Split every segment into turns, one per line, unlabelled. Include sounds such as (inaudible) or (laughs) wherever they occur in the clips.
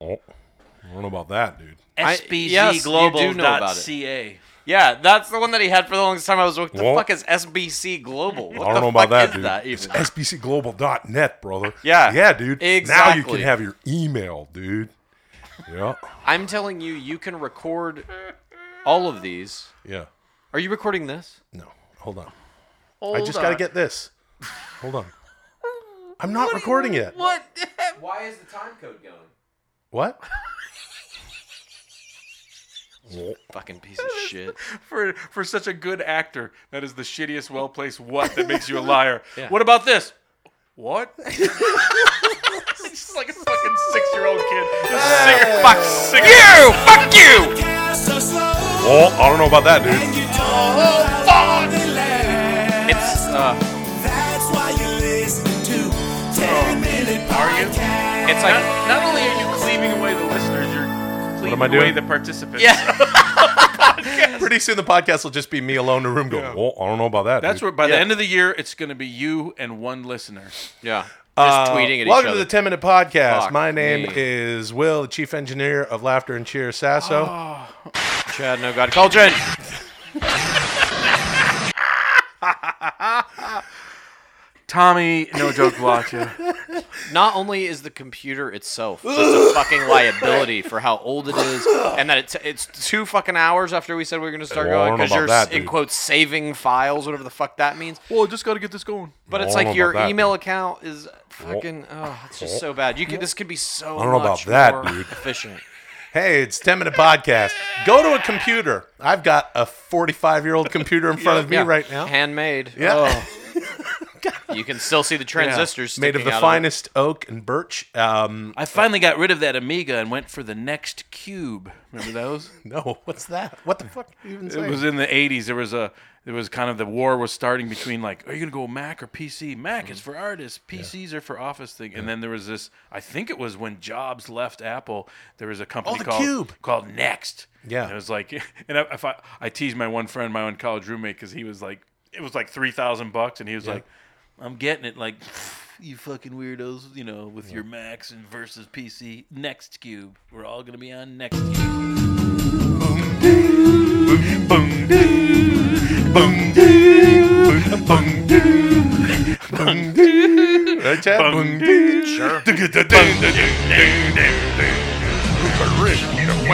Oh, I don't know about that, dude.
I- yes, you do know about it.
SBZglobal.ca.
Yeah, that's the one that he had for the longest time. I was like, what the
Well-
fuck is SBC Global? What
I
the
don't know
fuck
about that,
is
dude.
that
it's
even?
sbcglobal.net, brother.
Yeah,
Yeah, dude. Now you
exactly.
can have your email, dude. Yeah.
I'm telling you, you can record all of these.
Yeah.
Are you recording this?
No. Hold on. I
Hold
just got to
on.
get this. Hold
(laughs)
on. I'm not recording yet.
What?
Why is the time code going?
What?
Fucking piece of shit.
for for such a good actor. That is the shittiest well placed what that makes you a
(laughs)
liar. What about this? What? (laughs) it's just like a fucking six year old kid. Just Sick, fuck, sick. You fuck you.
Oh, I don't know about that, dude.
It's uh,
Are you?
Oh, it's like
Not, not only are you cleaving away the listeners, you're cleaving
am I
away
doing?
the participants.
yeah.
(laughs) Pretty soon the podcast will just be me alone in a room going, oh, I don't know about that.
That's
dude.
what. By the
Yeah.
end of the year, it's going to be you and one listener.
Yeah. Just
Uh,
tweeting at each
welcome
other.
to the 10 minute podcast.
Fuck
My name
me.
is Will, the chief engineer of Laughter and Cheer Sasso.
Chad, no God. Cauldron.
Tommy, no joke, Blacha.
Not only is the computer itself
(laughs)
just a fucking liability for how old it is, and that it's, it's two fucking hours after we said we were going to start
Well, I don't
going
know
because you're
about that,
in
dude.
quotes saving files, whatever the fuck that means.
(laughs) well, just got to get this going.
But
I
it's
don't
like
know
your
about that,
email account is fucking. Oh, it's just so bad. You could this could be so
I don't know
much
about that,
more
dude.
efficient.
Hey, it's 10 minute podcast. Go to a computer. I've got a 45 year old computer in front of me
Yeah.
right now.
handmade.
(laughs)
Oh.
Yeah. (laughs)
you can still see the transistors
Made of
sticking
the
out it.
finest oak and birch. Um,
I finally got rid of that Amiga and went for the next cube. Remember those?
no, (laughs) what's that? What the fuck are you even
It
saying?
was in the '80s. There was a there was kind of the war was starting between like, are you gonna go Mac or PC? Mac is
Mm-hmm.
for artists, PCs are for office thing. And then there was this. I think it was when Jobs left Apple. There was a company
Oh, the
called
Cube.
called Next.
Yeah.
and it was like, (laughs) and I, if I I teased my one friend, my one college roommate, because he was like, it was like three thousand bucks, and he was like, I'm getting it, like. (sighs) You fucking weirdos, you know, with your Macs and versus PC. Next Cube. We're all going to be on Next Cube.
Right, Chad? Boom, ding.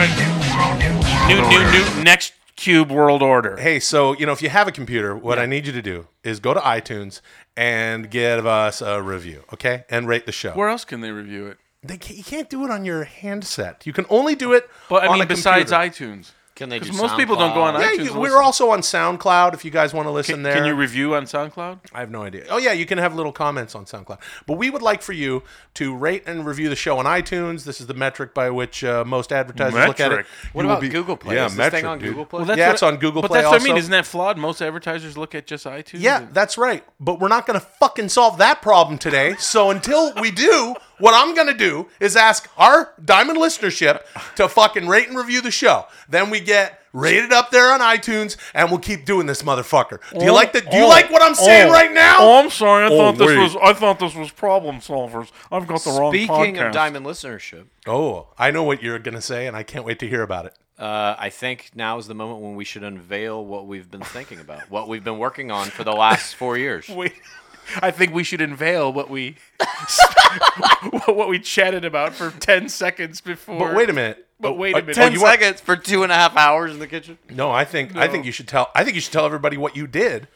New, new, new, next cube world order.
Hey, so you know, if you have a computer, what I need you to do is go to iTunes and give us a review, okay? And rate the show.
Where else can they review it?
They can't, you can't do it on your handset. You can only do it.
But I
on
mean,
a
besides
computer.
iTunes,
Can they do
because most people don't go on
SoundCloud?
Yeah,
iTunes.
you-
and
we're
listen.
also on SoundCloud. If you guys want to listen there,
Can you review on SoundCloud?
I have no idea. Oh yeah, you can have little comments on SoundCloud. But we would like for you to rate and review the show on iTunes. This is the metric by which uh, most advertisers look at it.
Metric?
You
What
will
about
be-
Google Play?
Yeah,
Is this
metric,
thing on
dude.
Google Play?
Yeah, it's on Google
but
Play
that's what I mean.
also.
Isn't that flawed? Most advertisers look at just iTunes.
Yeah,
and-
that's right. But we're not going to fucking solve that problem today. So until we do, what I'm going to do is ask our diamond listenership to fucking rate and review the show. Then we get rated up there on iTunes, and we'll keep doing this, motherfucker. Do you like the? Do you
Oh,
like what I'm saying
oh,
right now?
Oh, I'm sorry. I
Oh,
thought this
wait.
was. I thought this was problem solvers. I've got the wrong
Speaking
podcast.
of diamond listenership,
Oh, I know what you're going to say, and I can't wait to hear about it.
uh, I think now is the moment when we should unveil what we've been thinking about, what we've been working on for the last four
(laughs)
years.
Wait, I think we should unveil what we (laughs) what we chatted about for ten seconds before.
But wait a minute.
But
Oh,
wait a
uh,
minute.
oh,
Ten
you want-
seconds for two and a half hours in the kitchen.
no, I think I think you should tell. I think you should tell everybody what you did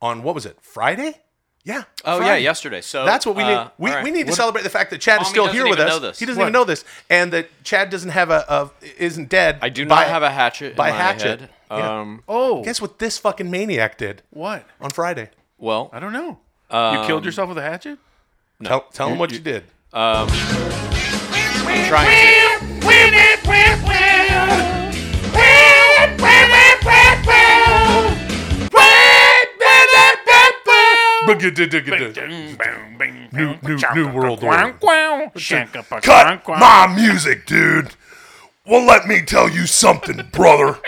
on what was it Friday? Yeah.
Oh yeah,
Friday.
yesterday. So
That's what we
uh,
need. We,
all right.
we need to
What-
celebrate the fact that Chad is
Tommy
still
doesn't
here with
even
us.
know this.
He doesn't
What?
even know this, and that Chad doesn't have a, a isn't dead.
I do not
by-
have a hatchet.
by
in my
hatchet.
Head.
Yeah.
Um.
Oh,
Guess what this fucking maniac did
what?
on Friday?
Well,
I don't know. you
Um,
killed yourself with a hatchet?
Tell, tell him what you, did.
I'm trying
New new new world order.
Cut.
my music, dude. Well, let me tell you something, brother.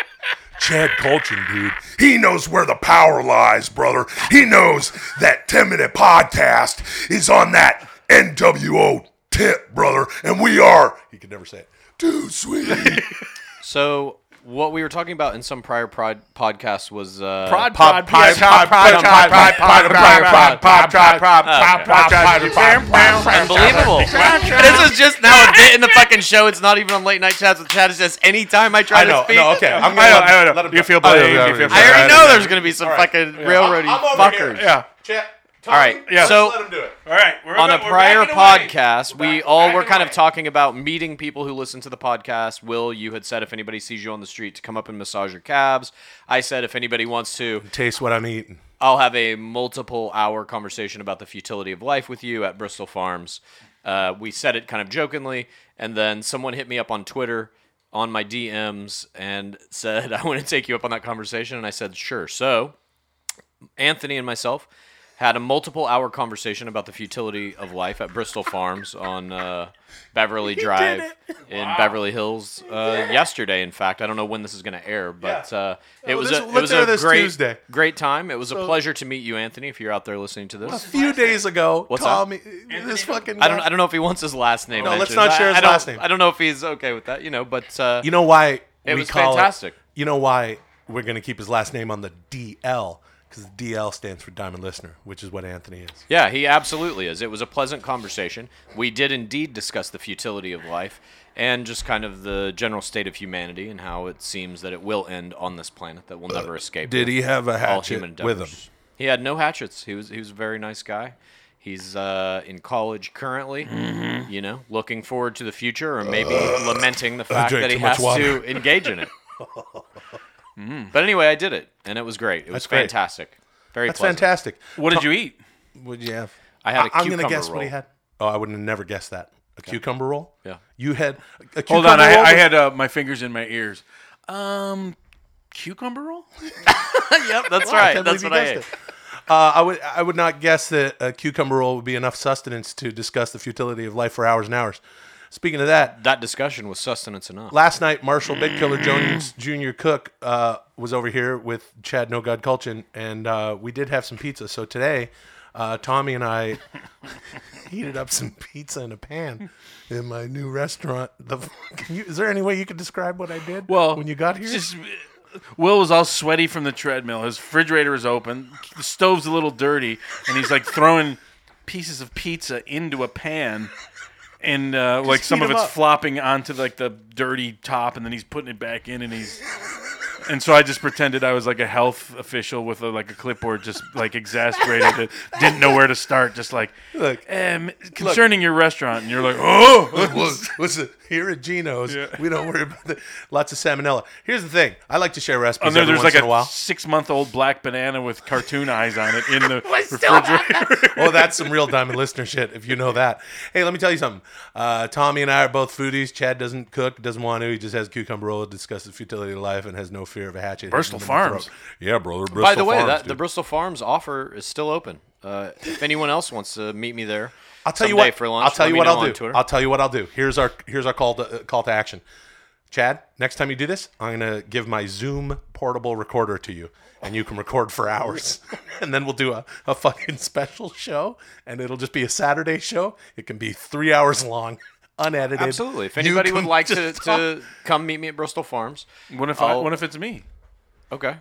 Chad Colchin, dude. He knows where the power lies, brother. He knows that 10 minute podcast is on that NWO tip, brother, and we are. He could never say it. Too sweet. (laughs)
So what we were talking about in some prior prod podcast was uh,
Prod,
Pop,
prod,
pie,
yes,
pie,
prod, prod,
pie, pie,
prod,
pie,
prod,
pie,
prod,
pie, pie,
prod,
pie,
prod,
pie,
prod,
pie, pie, pie, pie,
prod,
pie, pie,
prod,
pie.
unbelievable. this is just now a bit in the fucking show. It's not even on late night chats with Chad. It's just anytime I try
I know.
to speak.
No, okay. I'm
I know,
gonna
I know.
let him
You
go.
feel
I know,
blamed,
yeah,
you
yeah, yeah.
feel
I already
Right.
know there's gonna be some fucking railroady
I'm over
fuckers.
here.
Yeah.
Chip, Tom,
All right,
just
so-
let him do it.
All right. We're
on a
back- we're
prior
backing away.
podcast, we
Back-
all were
backing
kind of
away.
talking about meeting people who listen to the podcast. Will, you had said if anybody sees you on the street to come up and massage your calves. I said if anybody wants to,
Taste what I'm eating.
I'll have a multiple hour conversation about the futility of life with you at Bristol Farms. Uh, we said it kind of jokingly, and then someone hit me up on Twitter on my DMs and (laughs) said, I want to take you up on that conversation. And I said, sure. So Anthony and myself had a multiple hour conversation about the futility of life at Bristol Farms on uh,
(laughs)
Beverly Drive in Beverly Hills uh, yesterday. In fact, I don't know when this is going to air, but
Yeah.
uh, it
Well,
was
this-
a,
let's
it was
air
a
this
great
Tuesday.
great time. It was a pleasure to meet you, Anthony. If you're out there listening to
A
this,
few days ago,
What's that?
Tommy, this fucking.
I don't I don't know if he wants his last name.
No, let's
mentioned.
not
I-
share his
I don't-
last name.
I don't know if he's okay with that, you know. But uh,
You know why we
It was
call
fantastic.
you know why we're gonna keep his last name on the DL because DL stands for Diamond Listener, which is what Anthony is.
yeah, he absolutely is. It was a pleasant conversation. We did indeed discuss the futility of life and just kind of the general state of humanity and how it seems that it will end on this planet that will never escape.
Did he have a
all human
hatchet with him?
endeavors. He had no hatchets. He was he was a very nice guy. He's uh, in college currently,
Mm-hmm.
you know, looking forward to the future, or maybe lamenting the fact
drank
that he
too much
has
water. Mm.
to (laughs) engage in it. But anyway, I did it, and it was great. It was
That's great.
fantastic. Very
That's
pleasant.
fantastic.
What did you eat?
What'd you have?
I had a
I- I'm gonna
cucumber
guess
roll.
what he had. Oh, I would have never guessed that. A cucumber roll.
Yeah.
You had. A cucumber
Hold on, I,
roll
I
with-
had uh, my fingers in my ears. Um, cucumber roll?
yep, that's
I
right.
can't believe
That's what
you
I ate.
guessed it. Uh, I would I would not guess that a cucumber roll would be enough sustenance to discuss the futility of life for hours and hours. Speaking of that,
That discussion was sustenance enough.
last night Marshall Big Killer
Mm-hmm.
Jones Jr. Cook uh, was over here with Chad No God Culchin, and uh, we did have some pizza. So today, uh, Tommy and I (laughs) heated up some pizza in a pan in my new restaurant. The can you, is there any way you could describe what I did?
Well,
when you got here,
Just, Will was all sweaty from the treadmill. His refrigerator is open. The stove's a little dirty, and he's like throwing pieces of pizza into a pan, and uh, like some
heat
of
'em
it's
up.
flopping onto like the dirty top, and then he's putting it back in, and he's. And so I just pretended I was like a health official with a, like a clipboard, just like exasperated, that didn't know where to start, just like
Look.
um, concerning your restaurant, and you're like, oh,
What's listen, here at Geno's,
Yeah.
we don't worry about the lots of salmonella. Here's the thing: I like to share recipes
And there,
every
Oh, there's
once
like
in
a,
a, while.
six month old black banana with cartoon eyes on it in (laughs) the refrigerator.
(laughs) oh, that's some real diamond listener shit if you know that. Hey, let me tell you something. Uh, Tommy and I are both foodies. Chad doesn't cook, doesn't want to. He just has cucumber roll, discusses futility of life, and has no fear of a hatchet.
Bristol
hitting him in the
Farms.
throat. Yeah, brother. Bristol
By the way,
Farms,
that, the
dude.
Bristol Farms offer is still open. Uh, if anyone else wants to meet me there,
I'll tell you
someday
what.
For lunch,
I'll tell
let
you
me
what
know
I'll
on
do.
Twitter.
I'll tell you what I'll do. Here's our here's our call to uh, call to action. Chad, next time you do this, I'm gonna give my Zoom portable recorder to you, and you can record for hours, (laughs) and then we'll do a, a fucking special show, and it'll just be a Saturday show. It can be three hours long, unedited.
Absolutely. If
You
anybody would
can
like to,
just
to come meet me at Bristol Farms,
(laughs) what if I,
I'll-
what if it's me?
okay.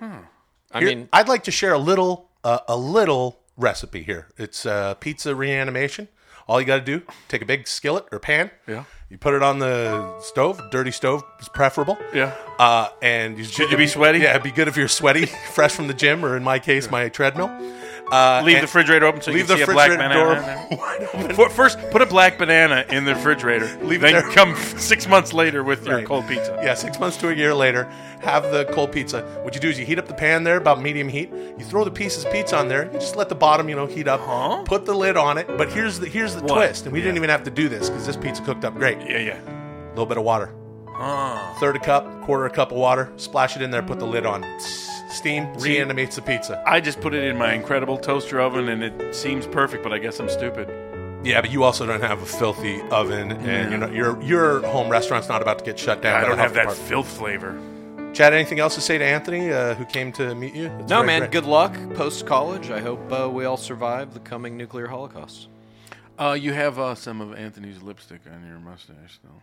I
Hmm. Here-
mean,
I'd like to share a little uh, a little recipe here. It's uh, pizza reanimation. All you got to do, take a big skillet or pan.
Yeah.
You put it on the stove, dirty stove is preferable.
Yeah.
Uh, and you should
you be sweaty?
Yeah, it'd be good if you're sweaty, (laughs) fresh from the gym, or in my case, my treadmill. Uh,
Leave the
and-
refrigerator open so you
leave
can
the
see a black
refrigerator
banana.
door (laughs)
in there.
wide open.
For- First, put a black banana in the (laughs) refrigerator.
Leave it
then
there.
come six months later with your
Right.
cold pizza.
Yeah, six months to a year later, have the cold pizza. What you do is you heat up the pan there, about medium heat. You throw the pieces of pizza on there. You just let the bottom, you know, heat up.
Huh?
Put the lid on it. But here's the here's the
What?
twist, and we didn't even have to do this because this pizza cooked up great.
Yeah, yeah.
A little bit of water,
Oh.
third a cup, quarter a cup of water. Splash it in there. Put the lid on. Steam reanimates the pizza.
I just put it in my incredible toaster oven and it seems perfect, but I guess I'm stupid.
Yeah, but you also don't have a filthy oven, and you know your your home restaurant's not about to get shut down.
I
by the
don't
health
have that
department.
filth flavor.
Chad, anything else to say to Anthony, uh, who came to meet you? It's
no,
very
man.
great.
Good luck post college. I hope uh, we all survive the coming nuclear holocaust.
Uh, you have uh, some of Anthony's lipstick on your mustache, though.